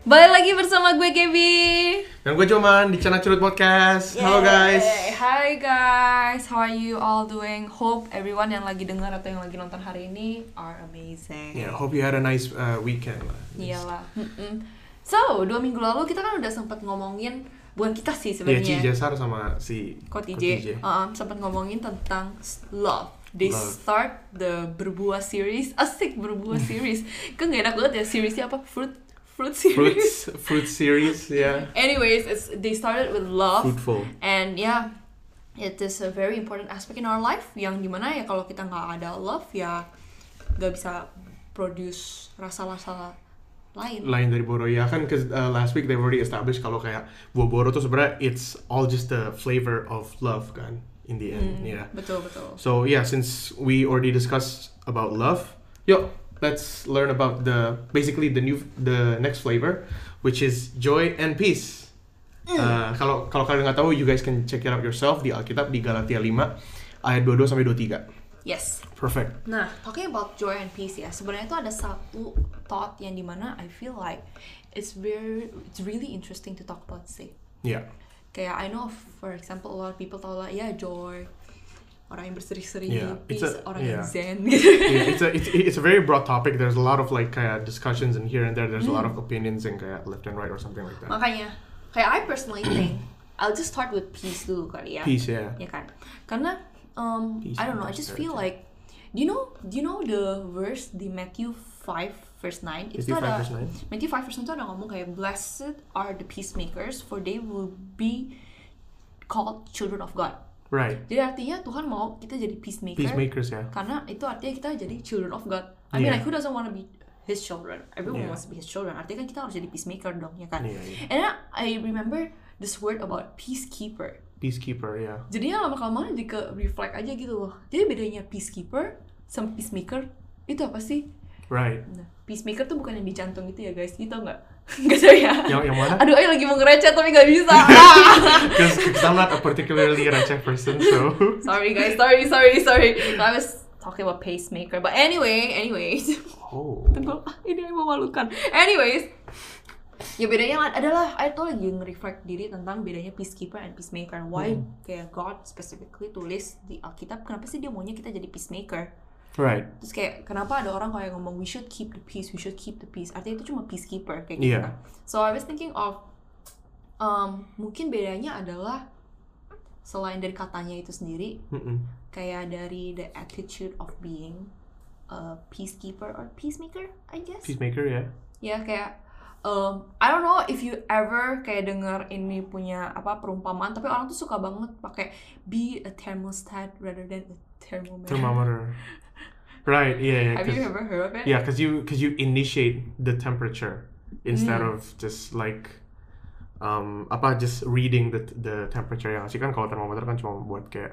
Balik lagi bersama gue Gaby. Dan gue cuman di channel Curut Podcast. Halo guys. Yeay. Hai guys, how are you all doing? Hope everyone yang lagi dengar atau yang lagi nonton hari ini are amazing. Yeah, hope you had a nice uh, weekend lah. Iyalah. Mm-mm. So, dua minggu lalu kita kan udah sempat ngomongin bukan kita sih Ya, Ci sebenarnya. Jasar sama si Koti J. Uh-uh, sempat ngomongin tentang s- love. They Love. start the berbuah series. Asik berbuah series. Kan gak enak banget ya seriesnya apa? Fruit fruit series. Fruits, fruit series, ya. Anyways, it's they started with love. Fruitful. And yeah, Hmm. it is a very important aspect in our life yang dimana ya kalau kita nggak ada love ya nggak bisa produce rasa-rasa lain. Lain dari Boro ya kan, cause uh, last week they've already established kalau kayak buah Boro tuh sebenarnya it's all just the flavor of love kan, in the end, Hmm, ya. Betul betul. So yeah, since we already discussed about love, yo, let's learn about the basically the new the next flavor, which is joy and peace. Uh, kalau kalau kalian nggak tahu, you guys can check it out yourself di Alkitab di Galatia 5 ayat 22 sampai 23. Yes. Perfect. Nah, talking about joy and peace ya, sebenarnya itu ada satu thought yang dimana I feel like it's very it's really interesting to talk about sih. Yeah. Kayak I know for example a lot of people tau lah ya joy orang yang berseri-seri, Yeah, it's peace a- orang yang yeah. zen gitu. Yeah, it's a it's, it's a very broad topic. There's a lot of like kayak discussions and here and there. There's a lot of opinions and kayak left and right or something like that. Makanya, kayak I personally think I'll just start with peace dulu kali ya. Peace, yeah. Ya kan? Karena um, Peace I don't know, and I just prosperity. feel like do you know do you know the verse di Matthew 5 verse 9? Itu Matthew 5 ada verse 9. Matthew 5 verse 9 itu ada ngomong kayak blessed are the peacemakers for they will be called children of God. Right. Jadi artinya Tuhan mau kita jadi peacemaker, Peacemakers, yeah. karena itu artinya kita jadi children of God. I mean Yeah. like who doesn't want to be his children? Everyone Yeah. wants to be his children. Artinya kan kita harus jadi peacemaker dong, ya kan? Yeah, yeah. And then I remember this word about peacekeeper. Peacekeeper, yeah. Jadinya lama kelamaan jadi ke reflect aja gitu loh. Jadi bedanya peacekeeper sama peacemaker itu apa sih? Right. Nah, peacemaker tuh bukan yang di jantung itu ya guys, gitu nggak? Nggak tahu ya. Yang yang mana? Aduh, ayo lagi mau ngereceh tapi nggak bisa. Ah! Because I'm not a particularly receh person, so sorry guys, sorry, sorry, sorry. I was talking about pacemaker, but anyway, anyways. oh, Tenggel- ah, ini yang memalukan. Anyways, ya bedanya adalah I tuh lagi nge-reflect diri tentang bedanya peacekeeper and peacemaker. Why kayak God specifically tulis di Alkitab kenapa sih dia maunya kita jadi peacemaker? right, Terus kayak kenapa ada orang kayak ngomong we should keep the peace, we should keep the peace. Artinya itu cuma peacekeeper kayak gitu. Iya. kan. So I was thinking of um, mungkin bedanya adalah selain dari katanya itu sendiri, Mm-mm. kayak dari the attitude of being a peacekeeper or peacemaker, I guess. peacemaker, yeah, ya kayak um, I don't know if you ever kayak denger ini punya apa perumpamaan tapi orang tuh suka banget pakai be a thermostat rather than a thermometer. thermometer, right, yeah, yeah, Have you cause, ever heard of it? yeah, 'cause you cause you initiate the temperature instead Mm. of just like um apa just reading the the temperature yang sih kan kalau thermometer kan cuma buat kayak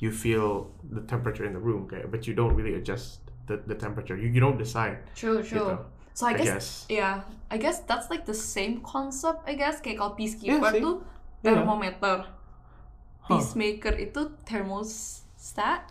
you feel the temperature in the room kayak but you don't really adjust the the temperature you you don't decide True, true. gitu So I I guess, guess yeah, I guess that's like the same concept I guess kayak kalau Yeah, peacekeeper same. tuh Yeah. thermometer, Huh. peacemaker itu thermostat.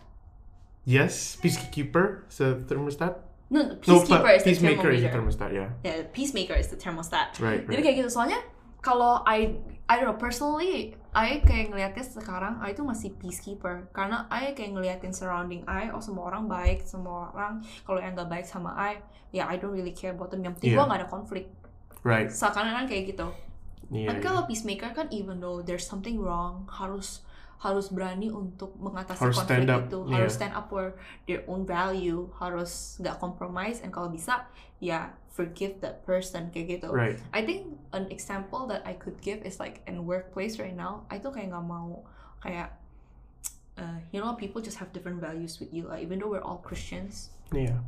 yes peacekeeper so thermostat No, no, No, peacekeeper is but the peacemaker is the thermometer. thermostat, yeah. Yeah, peacemaker is the thermostat. Right, Jadi right. kayak gitu soalnya kalau I I don't know personally I kayak ngelihatnya sekarang I itu masih peacekeeper karena I kayak ngeliatin surrounding I oh semua orang baik semua orang kalau yang nggak baik sama I ya I don't really care about them yang penting Iya. gua nggak ada konflik Right. seakan-akan kayak gitu Yeah. tapi kalau peacemaker kan even though there's something wrong harus harus berani untuk mengatasi Harus konflik stand up, itu iya. harus stand up for their own value harus nggak compromise and kalau bisa ya forgive that person kayak gitu yeah. Right. I think an example that I could give is like in workplace right now, I tuh kayak nggak mau kayak uh, you know people just have different values with you lah. Even though we're all Christians, Yeah.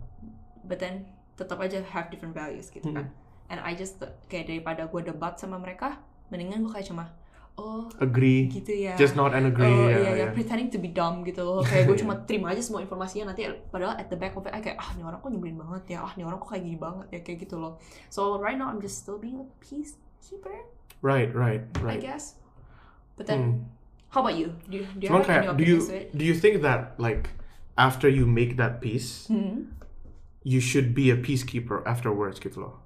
but then tetap aja have different values gitu kan. Mm-hmm. And I just kayak daripada gue debat sama mereka, mendingan gue kayak cuma oh Agree. gitu ya. Just not and agree. Oh yeah, iya, iya, yeah. pretending to be dumb gitu loh Kayak gue cuma terima aja semua informasinya Nanti padahal at the back of it I kayak Ah ini orang kok nyebelin banget ya Ah ini orang kok kayak gini banget ya Kayak gitu loh So right now I'm just still being a peacekeeper Right, right, I right. Hmm. guess But then How about you? Do you, do you Cuman have any kayak, do opinions you to it? do you think that like after you make that peace, Hmm. you should be a peacekeeper afterwards gitu loh?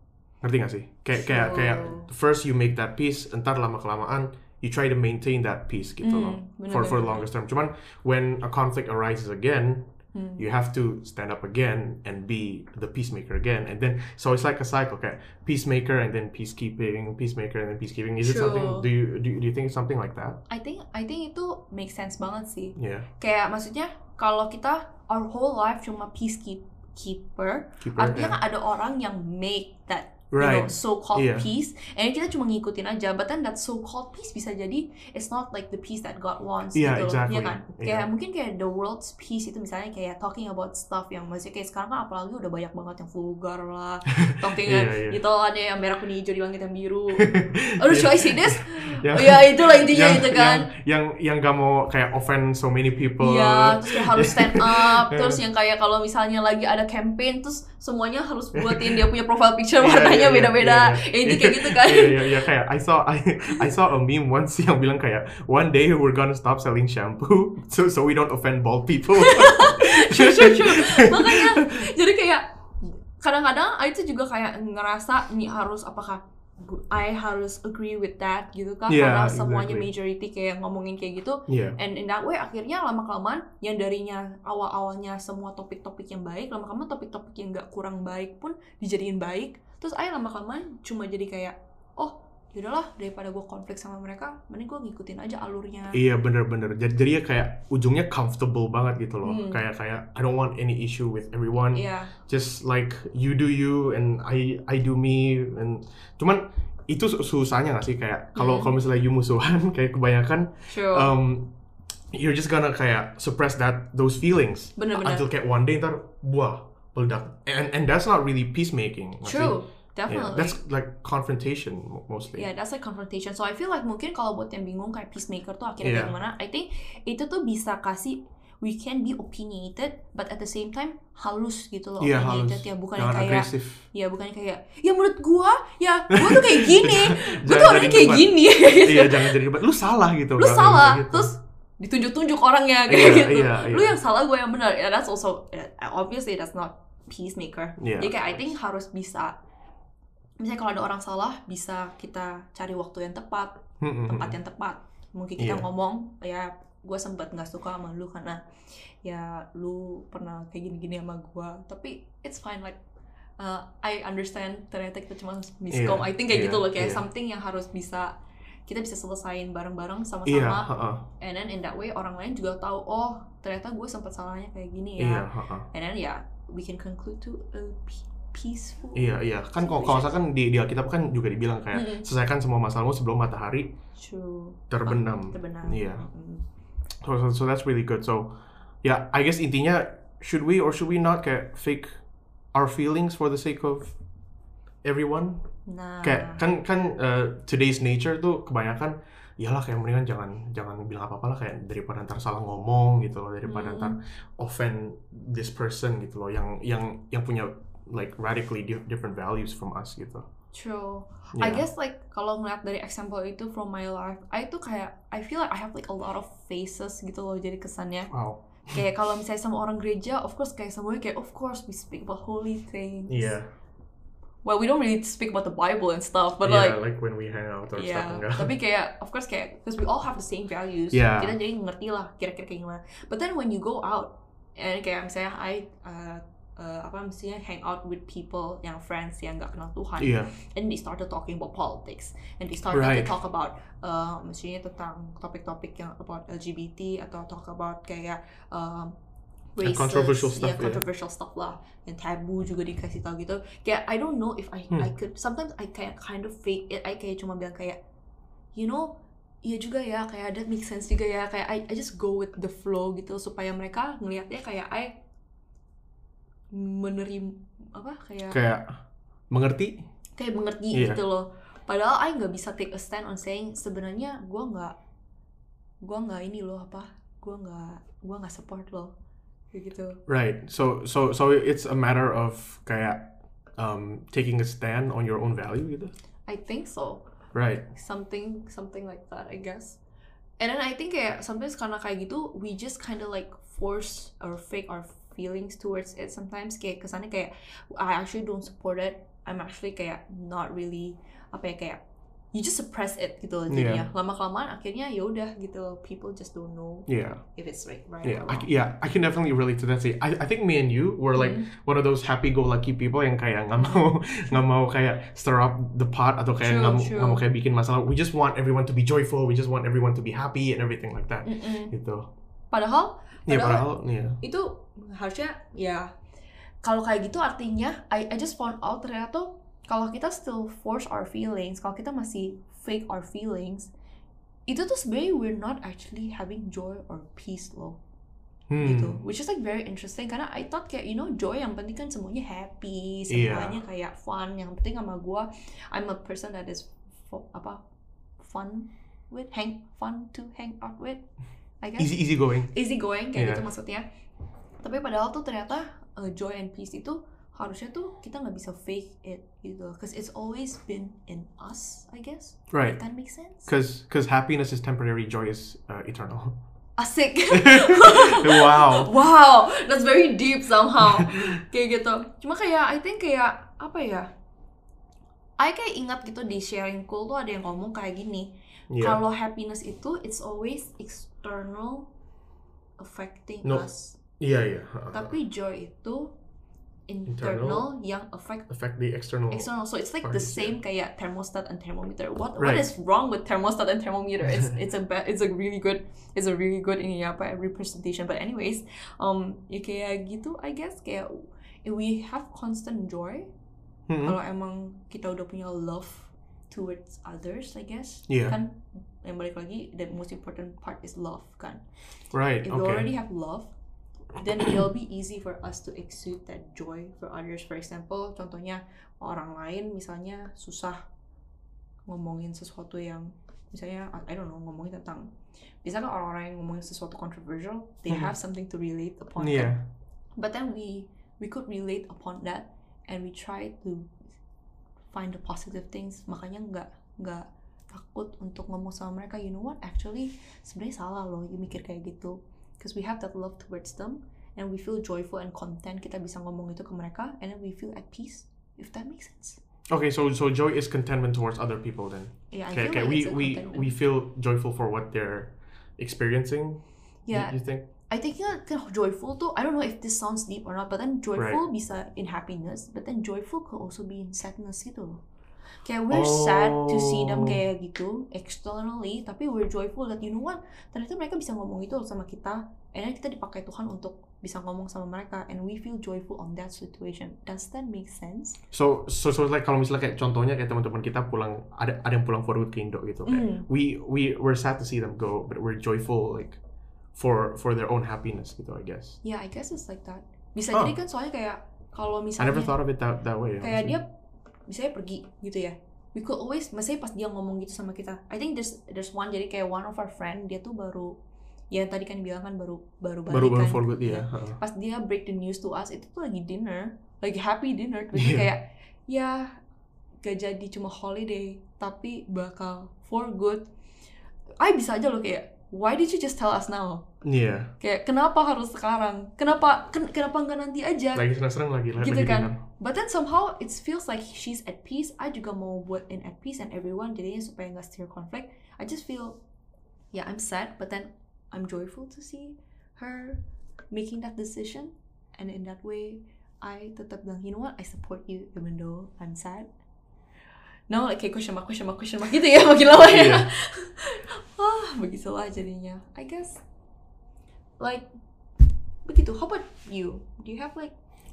ngerti gak sih kayak kayak kayak first you make that peace entar lama kelamaan you try to maintain that peace gitu Hmm, loh bener, for for the bener. longest term cuman when a conflict arises again Hmm. you have to stand up again and be the peacemaker again and then so it's like a cycle okay peacemaker and then peacekeeping peacemaker and then peacekeeping is it something True. do you do, you- do you think it's something like that I think I think itu make sense banget sih. yeah Kayak maksudnya kalau kita our whole life cuma peacekeeper, keeper artinya yeah. kan ada orang yang make that you Um, know, right so-called Iya. peace, and kita cuma ngikutin aja. But then that so-called peace bisa jadi it's not like the peace that God wants. gitu Iya, loh. exactly. Iya kan? Iya. Kayak mungkin kayak the world's peace itu misalnya kayak talking about stuff yang maksudnya kayak sekarang kan apalagi udah banyak banget yang vulgar lah, talking Iya, iya. gitu ada yang merah kuning hijau dibanggit yang biru. Aduh, Iya. should I say this? Yang- Oh, ya itulah intinya yang- itu kan. yang yang yang gak mau kayak offend so many people Iya, terus kayak harus stand up, Iya. terus yang kayak kalau misalnya lagi ada campaign, terus semuanya harus buatin dia punya profile picture Iya, iya, warnanya iya, beda-beda, iya, iya. ya itu kayak gitu kan. Iya, iya, iya. Kayak I saw I, I saw a meme once yang bilang kayak one day we're gonna stop selling shampoo so so we don't offend bald people. True, true, true. Makanya, jadi kayak kadang-kadang I itu juga kayak ngerasa nih harus apakah gu- I harus agree with that gitu kan Iya, karena semuanya exactly. majority kayak ngomongin kayak gitu Iya. and in that way akhirnya lama kelamaan yang darinya awal-awalnya semua topik-topik yang baik lama kelamaan topik-topik yang nggak kurang baik pun dijadiin baik terus akhirnya lama kelamaan cuma jadi kayak oh yaudahlah daripada gue konflik sama mereka mending gue ngikutin aja alurnya Iya bener-bener. Jadi, jadi ya kayak ujungnya comfortable banget gitu loh. Hmm. Kayak kayak I don't want any issue with everyone. Iya, Just like you do you and I I do me and cuman itu su- susahnya gak sih kayak kalau Hmm. kalau misalnya you musuhan kayak kebanyakan sure. um, you're just gonna kayak suppress that those feelings Bener-bener. until kayak one day ntar buah meledak and and that's not really peacemaking ngerti? True, Yeah, definitely. that's like confrontation mo- mostly Yeah, that's like confrontation. So I feel like mungkin kalau buat yang bingung kayak peacemaker tuh akhirnya kayak Yeah. gimana? I think itu tuh bisa kasih we can be opinionated, but at the same time halus gitu loh. Iya, opinionated halus. ya bukan yang jangan kayak agresif ya bukan yang kayak ya menurut gua ya gua tuh kayak gini, gua tuh Jangan orangnya jadi kayak debat. gini. Gitu. iya jangan jadi debat lu salah gitu Lu kalau salah, kayak gitu. terus ditunjuk-tunjuk orangnya kayak Iya, gitu. iya, iya. Lu yang salah, gua yang benar. Ya that's also obviously that's not peacemaker. Iya. Jadi kayak I think harus bisa misalnya kalau ada orang salah bisa kita cari waktu yang tepat Hmm, hmm, tempat hmm. yang tepat mungkin kita Iya. ngomong ya gue sempet nggak suka sama lu karena ya lu pernah kayak gini-gini sama gue tapi it's fine like uh, I understand ternyata kita cuma miskom Iya, I think kayak iya, gitu loh kayak iya. something yang harus bisa kita bisa selesain bareng-bareng iya sama-sama ha-ha, and then in that way orang lain juga tahu oh ternyata gue sempet salahnya kayak gini ya iya ha-ha. and then ya we can conclude to a pe- peaceful iya iya kan kalau kalau nggak salah kan di di Alkitab kan juga dibilang kayak Mm-mm. selesaikan semua masalahmu sebelum matahari true terbenam terbenam Iya. Mm. so, so, so that's really good so yeah I guess intinya should we or should we not kayak fake our feelings for the sake of everyone nah kayak kan kan uh, today's nature tuh kebanyakan iyalah kayak mendingan jangan jangan bilang apa apa lah kayak daripada ntar salah ngomong gitu loh Hmm. daripada ntar offend this person gitu loh yang yang yang punya like radically di- different values from us gitu True. I Yeah. guess like kalau ngeliat dari example itu from my life, I tuh kayak I feel like I have like a lot of faces gitu loh jadi kesannya. wow Kayak kalau misalnya sama orang gereja, of course kayak semuanya kayak of course we speak about holy things. iya Well, we don't really speak about the Bible and stuff, but yeah, like like when we hang out or stuff Yeah, enggak tapi kayak of course kayak because we all have the same values. Yeah. Kita jadi ngerti lah kira-kira kayak gimana. But then when you go out and kayak misalnya I uh, uh, apa misalnya hang out with people yang friends yang nggak kenal Tuhan. iya and they started talking about politics and they started Right. to talk about uh, maksudnya tentang topik-topik yang about LGBT atau talk about kayak um, And racist, controversial ya, stuff, yeah. controversial stuff lah dan tabu juga dikasih tahu gitu kayak I don't know if I Hmm. I could sometimes I kayak kind of fake it I kayak cuma bilang kayak you know Iya juga ya, kayak that make sense juga ya, kayak I, I just go with the flow gitu supaya mereka ngelihatnya kayak I menerima apa kayak kayak mengerti kayak mengerti Iya. gitu loh padahal I nggak bisa take a stand on saying sebenarnya gua nggak gua nggak ini loh apa gua nggak gua nggak support lo kayak gitu right so so so it's a matter of kayak um, taking a stand on your own value gitu I think so right something something like that I guess and then I think kayak sometimes karena kayak gitu we just kinda like force or fake our feelings towards it sometimes kayak kesannya kayak I actually don't support it I'm actually kayak not really apa ya kayak you just suppress it gitu loh Yeah. jadinya lama kelamaan akhirnya ya udah gitu loh. people just don't know Yeah, if it's right right yeah, or I, wrong. yeah. I can definitely relate to that. See, I, I think me and you were like Mm-hmm. one of those happy-go-lucky people yang kayak nggak mau nggak mau kayak stir up the pot atau kayak True, nggak mau- true. nggak mau kayak bikin masalah. We just want everyone to be joyful. We just want everyone to be happy and everything like that. Mm-mm. Gitu. padahal Mm-hmm. Yeah, Padahal- padahal, yeah. itu harusnya ya kalau kayak gitu artinya I, I just found out ternyata tuh kalau kita still force our feelings kalau kita masih fake our feelings itu tuh sebenarnya we're not actually having joy or peace loh Hmm. gitu which is like very interesting karena I thought kayak you know joy yang penting kan semuanya happy semuanya kayak fun yang penting sama gua I'm a person that is fo- apa fun with hang fun to hang out with I guess Easy, easy going. easy going kayak Iya. gitu maksudnya tapi padahal tuh ternyata uh, joy and peace itu harusnya tuh kita nggak bisa fake it gitu cause it's always been in us I guess Right. that make sense Because because happiness is temporary, joy is uh, eternal. asik wow. wow that's very deep somehow kayak gitu cuma kayak I think kayak apa ya I kayak ingat gitu di sharing cool tuh ada yang ngomong kayak gini Yeah. kalau happiness itu it's always external affecting No. us Yeah, yeah. uh, Tapi joy itu internal, Internal. Oh, yang affect affect the external. external. So it's like the Parties, same kayak thermostat and thermometer. What what Right. is wrong with thermostat and thermometer? It's it's a ba- it's a really good it's a really good ini apa representation. But anyways, um ya kayak gitu I guess kayak if we have constant joy Mhm. kalau emang kita udah punya love towards others I guess Yeah. kan yang balik lagi the most important part is love kan Right. if we Okay. already have love, then it'll be easy for us to exude that joy for others. For example, contohnya orang lain misalnya susah ngomongin sesuatu yang misalnya I I don't know ngomongin tentang biasanya kan orang-orang yang ngomongin sesuatu controversial they Mhm. have something to relate upon kan? Yeah. but then we we could relate upon that and we try to find the positive things makanya nggak nggak takut untuk ngomong sama mereka you know what actually sebenarnya salah loh you mikir kayak gitu because we have that love towards them and we feel joyful and content kita bisa ngomong itu ke mereka and then we feel at peace if that makes sense Okay. So so joy is contentment towards other people then. yeah I Okay. feel Okay. like We it's a we contentment. we feel joyful for what they're experiencing. you- yeah You, think? I think yeah, kan joyful tuh I don't know if this sounds deep or not but then joyful bisa in happiness but then joyful could also be in sadness gitu loh kayak we're sad to see them Oh. kayak gitu externally tapi we're joyful that you know what ternyata mereka bisa ngomong itu loh sama kita and then kita dipakai Tuhan untuk bisa ngomong sama mereka and we feel joyful on that situation does that make sense? So so so like kalau misalnya kayak contohnya kayak teman-teman kita pulang ada ada yang pulang for good ke Indo gitu Mm. kayak we we we're sad to see them go but we're joyful like for for their own happiness gitu I guess. yeah I guess it's like that bisa Oh. jadi kan soalnya kayak kalau I misalnya never thought of it that that way. kayak honestly. dia misalnya pergi gitu ya we could always misalnya pas dia ngomong gitu sama kita I think there's there's one jadi kayak one of our friend dia tuh baru ya tadi kan bilang kan baru baru balik baru baru kan. for good uh-uh. ya. heeh. pas dia break the news to us itu tuh lagi dinner lagi happy dinner tapi Iya. kayak ya gak jadi cuma holiday tapi bakal for good I bisa aja loh kayak why did you just tell us now Iya. kayak kenapa harus sekarang kenapa ken- kenapa nggak nanti aja Lagi senang-senang lagi lah. Gitu lagi kan. dinner. But then somehow it feels like she's at peace. I juga mau buat in at peace and everyone jadinya supaya nggak stir conflict. I just feel yeah I'm sad, but then I'm joyful to see her making that decision. And in that way, I tetap bilang, you know what, I support you even though I'm sad. No, like kayak question mark, question mark, question mark gitu ya makin lama ya. Iya. ah, begitulah jadinya. I guess like begitu. How about you? Do you have like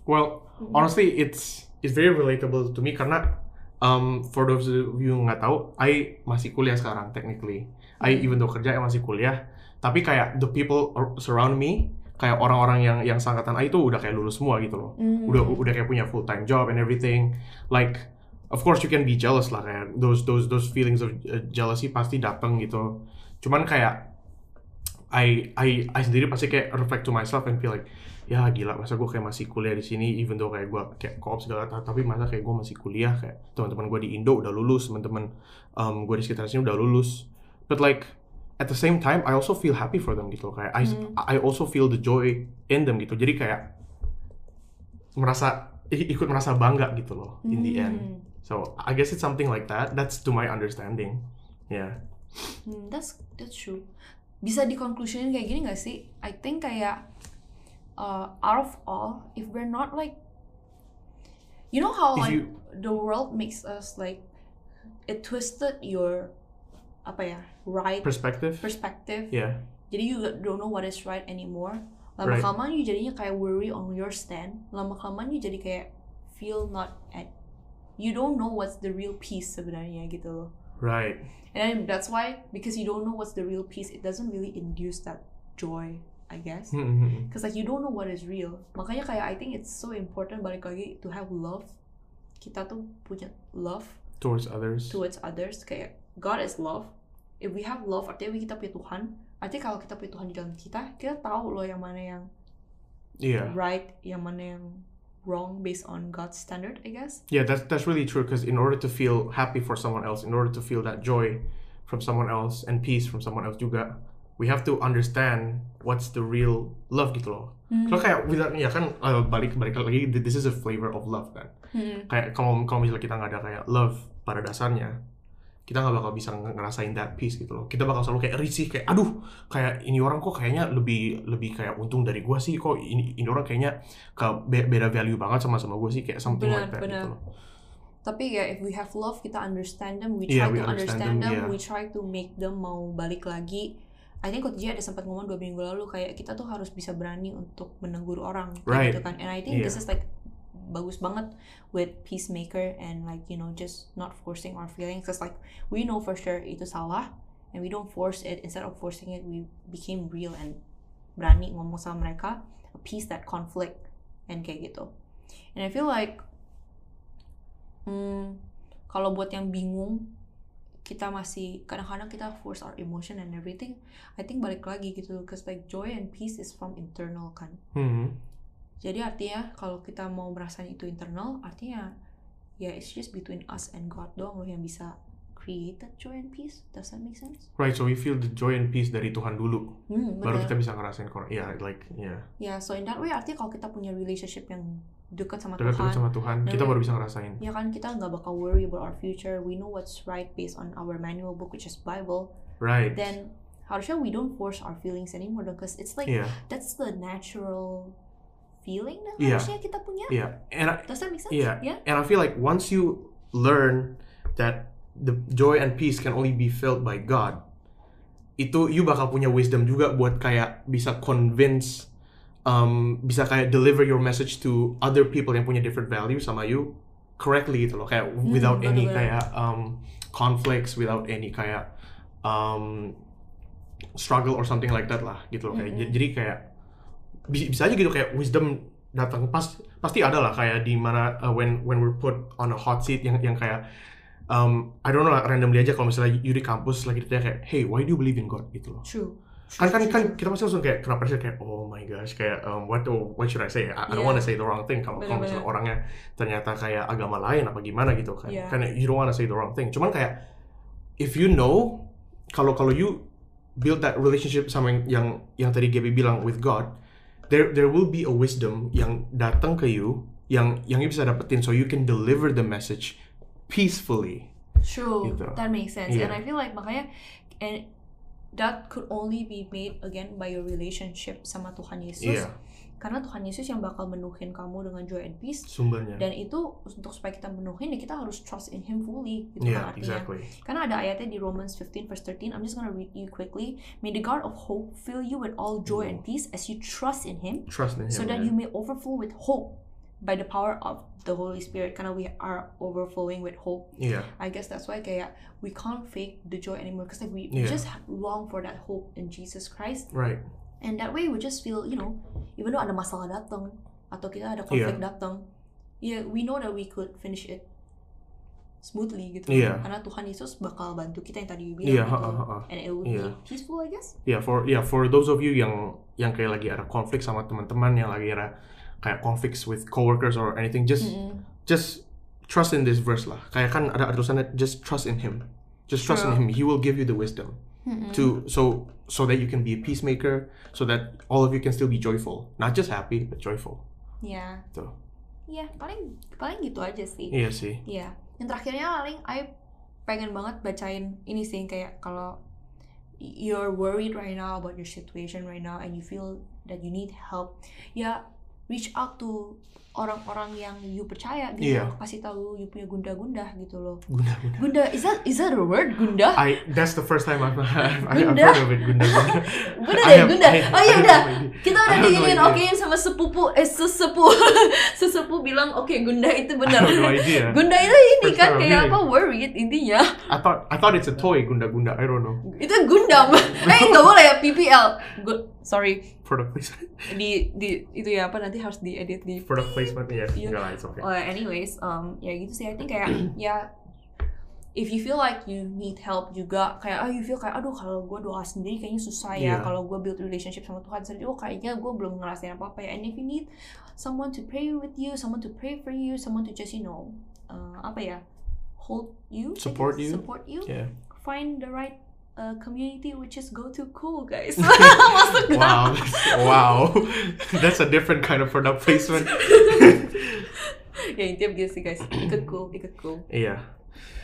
Well, honestly, it's it's very relatable to me karena um, for those of you yang nggak tahu, I masih kuliah sekarang technically. I even though kerja, I masih kuliah. Tapi kayak the people ar- surround me, kayak orang-orang yang yang sangkatan I itu udah kayak lulus semua gitu loh. Mm. Udah Hmm. udah kayak punya full time job and everything. Like of course you can be jealous lah kayak those those those feelings of uh, jealousy pasti datang gitu. Cuman kayak I I I sendiri pasti kayak reflect to myself and feel like ya gila masa gue kayak masih kuliah di sini even though kayak gue kayak koop segala ta- tapi masa kayak gue masih kuliah kayak teman-teman gue di Indo udah lulus teman-teman um, gue di sekitar sini udah lulus but like at the same time I also feel happy for them gitu kayak Hmm. I I also feel the joy in them gitu jadi kayak merasa i- ikut merasa bangga gitu loh in the end. Hmm. So I guess it's something like that. That's to my understanding. Yeah. Hmm, that's that's true. Bisa di conclusion kayak gini gak sih? I think kayak uh, out of all, if we're not like, you know how If like you- the world makes us like it twisted your apa ya right Perspective. perspective. Yeah. Jadi you don't know what is right anymore. Lama Right. kelamaan you jadinya kayak worry on your stand. Lama kelamaan you jadi kayak feel not at you don't know what's the real peace sebenarnya gitu loh. Right. And that's why, because you don't know what's the real peace, it doesn't really induce that joy, I guess. Hmm, hmm, hmm. Because like you don't know what is real. Makanya kayak I think it's so important balik lagi to have love. Kita tuh punya love Towards others. towards others. Kayak God is love. If we have love, artinya kita punya Tuhan. Artinya kalau kita punya Tuhan di dalam kita, kita tahu loh yang mana yang Yeah. right, yang mana yang wrong based on God's standard, I guess. Yeah, that's that's really true. Because in order to feel happy for someone else, in order to feel that joy from someone else and peace from someone else juga, we have to understand what's the real love gitu loh. Mm-hmm. Kalau kayak without ya kan uh, balik balik lagi th- this is a flavor of love kan. Mm-hmm. Kayak kalau kalau misalnya kita nggak ada kayak love pada dasarnya, kita nggak bakal bisa nge- ngerasain that peace gitu loh. Kita bakal selalu kayak risih kayak aduh kayak ini orang kok kayaknya lebih lebih kayak untung dari gua sih kok ini ini orang kayaknya ke- be- beda value banget sama sama gua sih kayak something Benar, like that benar. gitu loh. Tapi ya, if we have love, kita understand them, we try Yeah, to we understand, understand them, them, yeah. we try to make them mau balik lagi. I think Coach Jay ada sempat ngomong dua minggu lalu kayak kita tuh harus bisa berani untuk menegur orang kayak Right. gitu kan. And I think Yeah. this is like bagus banget with peacemaker and like you know just not forcing our feelings. Cause like we know for sure itu salah and we don't force it. Instead of forcing it, we became real and berani ngomong sama mereka, appease that conflict and kayak gitu. And I feel like hmm, kalau buat yang bingung kita masih kadang-kadang kita force our emotion and everything I think balik lagi gitu cause like joy and peace is from internal kan Hmm. jadi artinya kalau kita mau merasakan itu internal artinya ya it's just between us and God doang loh yang bisa create that joy and peace does that make sense? Right, so we feel the joy and peace dari Tuhan dulu, Hmm, baru bener. kita bisa ngerasain kor. Ya, like, ya. ya so in that way artinya kalau kita punya relationship yang dekat sama Dekat-dekat Tuhan sama Tuhan, Dan kita we- baru bisa ngerasain. ya kan kita nggak bakal worry about our future we know what's right based on our manual book which is Bible Right. then harusnya we don't force our feelings anymore dong cause it's like Yeah, that's the natural feeling that Yeah. harusnya kita punya yeah. iya. And I, does that make sense Yeah. yeah and I feel like once you learn that the joy and peace can only be felt by God, itu you bakal punya wisdom juga buat kayak bisa convince, um, bisa kayak deliver your message to other people yang punya different value sama you correctly gitu loh kayak without any bener-bener. kayak um, conflicts, without any kayak um, struggle or something like that lah gitu loh kayak j- jadi kayak bi- bisa aja gitu kayak wisdom datang pas pasti ada lah kayak di mana uh, when when we're put on a hot seat yang yang kayak um, I don't know lah, randomly aja kalau misalnya you di kampus lagi ditanya kayak hey why do you believe in God gitu loh true kan kan kan kita pasti langsung kayak kenapa sih kayak oh my gosh kayak um, what oh, what should I say I, I Yeah. don't wanna say the wrong thing kalau kalau Iya. misalnya Bener-bener. orangnya ternyata kayak agama lain apa gimana gitu kan Yeah. kan you don't wanna say the wrong thing cuman kayak if you know kalau kalau you build that relationship sama yang yang, yang tadi Gaby bilang with God there there will be a wisdom yang datang ke you yang yang you bisa dapetin so you can deliver the message peacefully True, Gitu. that makes sense. And Iya. I feel like makanya and that could only be made again by your relationship sama Tuhan Yesus. Iya. Karena Tuhan Yesus yang bakal menuhin kamu dengan joy and peace. sumbernya Dan itu untuk supaya kita menuhin ya kita harus trust in Him fully gitu yeah kan artinya. Iya, exactly Karena ada ayatnya di Romans 15 verse 13. I'm just gonna read you quickly. May the God of hope fill you with all joy and peace as you trust in Him, trust in him so that yeah. you may overflow with hope by the power of the Holy Spirit. Karena we are overflowing with hope yeah I guess that's why kayak we can't fake the joy anymore because like we Yeah. just long for that hope in Jesus Christ right and that way we just feel you know even though ada masalah datang atau kita ada konflik datang yeah we know that we could finish it smoothly gitu Yeah. karena Tuhan Yesus bakal bantu kita yang tadi you bilang Yeah, gitu ha, ha, ha. and it will Yeah. be peaceful I guess Ya for ya for those of you yang yang kayak lagi ada konflik sama teman-teman yang lagi ada kayak konflik with coworkers or anything just just trust in this verse lah. Kayak kan ada ada tulisannya just trust in him. Just trust in him. He will give you the wisdom to so so that you can be a peacemaker, so that all of you can still be joyful. Not just happy, but joyful. yeah So, Iya, paling paling gitu aja sih. Iya sih. Iya. Yang terakhirnya paling I pengen banget bacain ini sih kayak kalau you're worried right now about your situation right now and you feel that you need help, ya reach out to orang-orang yang you percaya gitu. Iya. Kasih tahu you punya gundah-gundah gitu loh. Gunda Gunda. Gunda, is that is that a word? Gunda? I that's the first time I've, I've, I've Gunda. heard of it. Gunda Gunda. Gunda I deh, have- Gunda. I- Oh iya I have udah. no idea. Kita udah I have no diginiin idea. okein sama sepupu eh sesepu. sesepu bilang oke Gunda itu I benar. have no idea. Gunda itu ini First kan time I'm kayak hearing. apa worried intinya. I thought I thought it's a toy Gunda Gunda. I don't know Itu Gundam. eh nggak boleh ya PPL. Gu- sorry for the place di di itu ya apa nanti harus diedit di. for the placement. Yeah, Yeah. no, it's okay. Oh, anyways, um, ya gitu sih. I think kayak ya if you feel like you need help juga kayak oh you feel kayak aduh kalau gue doa sendiri kayaknya susah ya Iya. kalau gue build relationship sama Tuhan sendiri oh kayaknya gue belum ngerasain apa apa ya and if you need someone to pray with you someone to pray for you someone to just you know uh, apa ya hold you I guess, Support you. support you Yeah. find the right uh, community which is go to cool guys masuk gak? Wow. that's- wow. that's a different kind of product placement. ya intinya begitu sih guys ikut cool ikut cool yeah.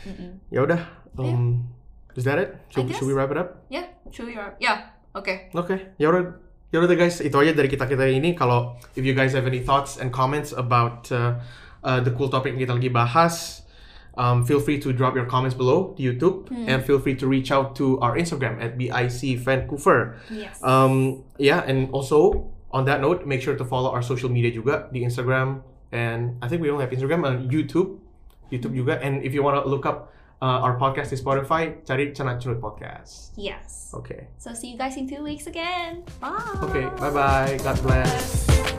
Mm-mm. Ya udah. Um, Is that it? Should, should we wrap it up? Yeah, sure you are. Yeah, okay. Okay. Ya udah. Ya udah deh, guys, itu aja dari kita kita ini. Kalau if you guys have any thoughts and comments about uh, uh, the cool topic yang kita lagi bahas, um, feel free to drop your comments below di YouTube Hmm. and feel free to reach out to our Instagram at BIC Vancouver. Yes. Um, yeah, and also on that note, make sure to follow our social media juga, the Instagram, and I think we only have Instagram and YouTube, YouTube juga. And if you want to look up uh, our podcast in Spotify, cari Cenat Cenut Podcast. yes. Okay. So see you guys in two weeks again. Bye. Okay. Bye bye. God bless. Bye.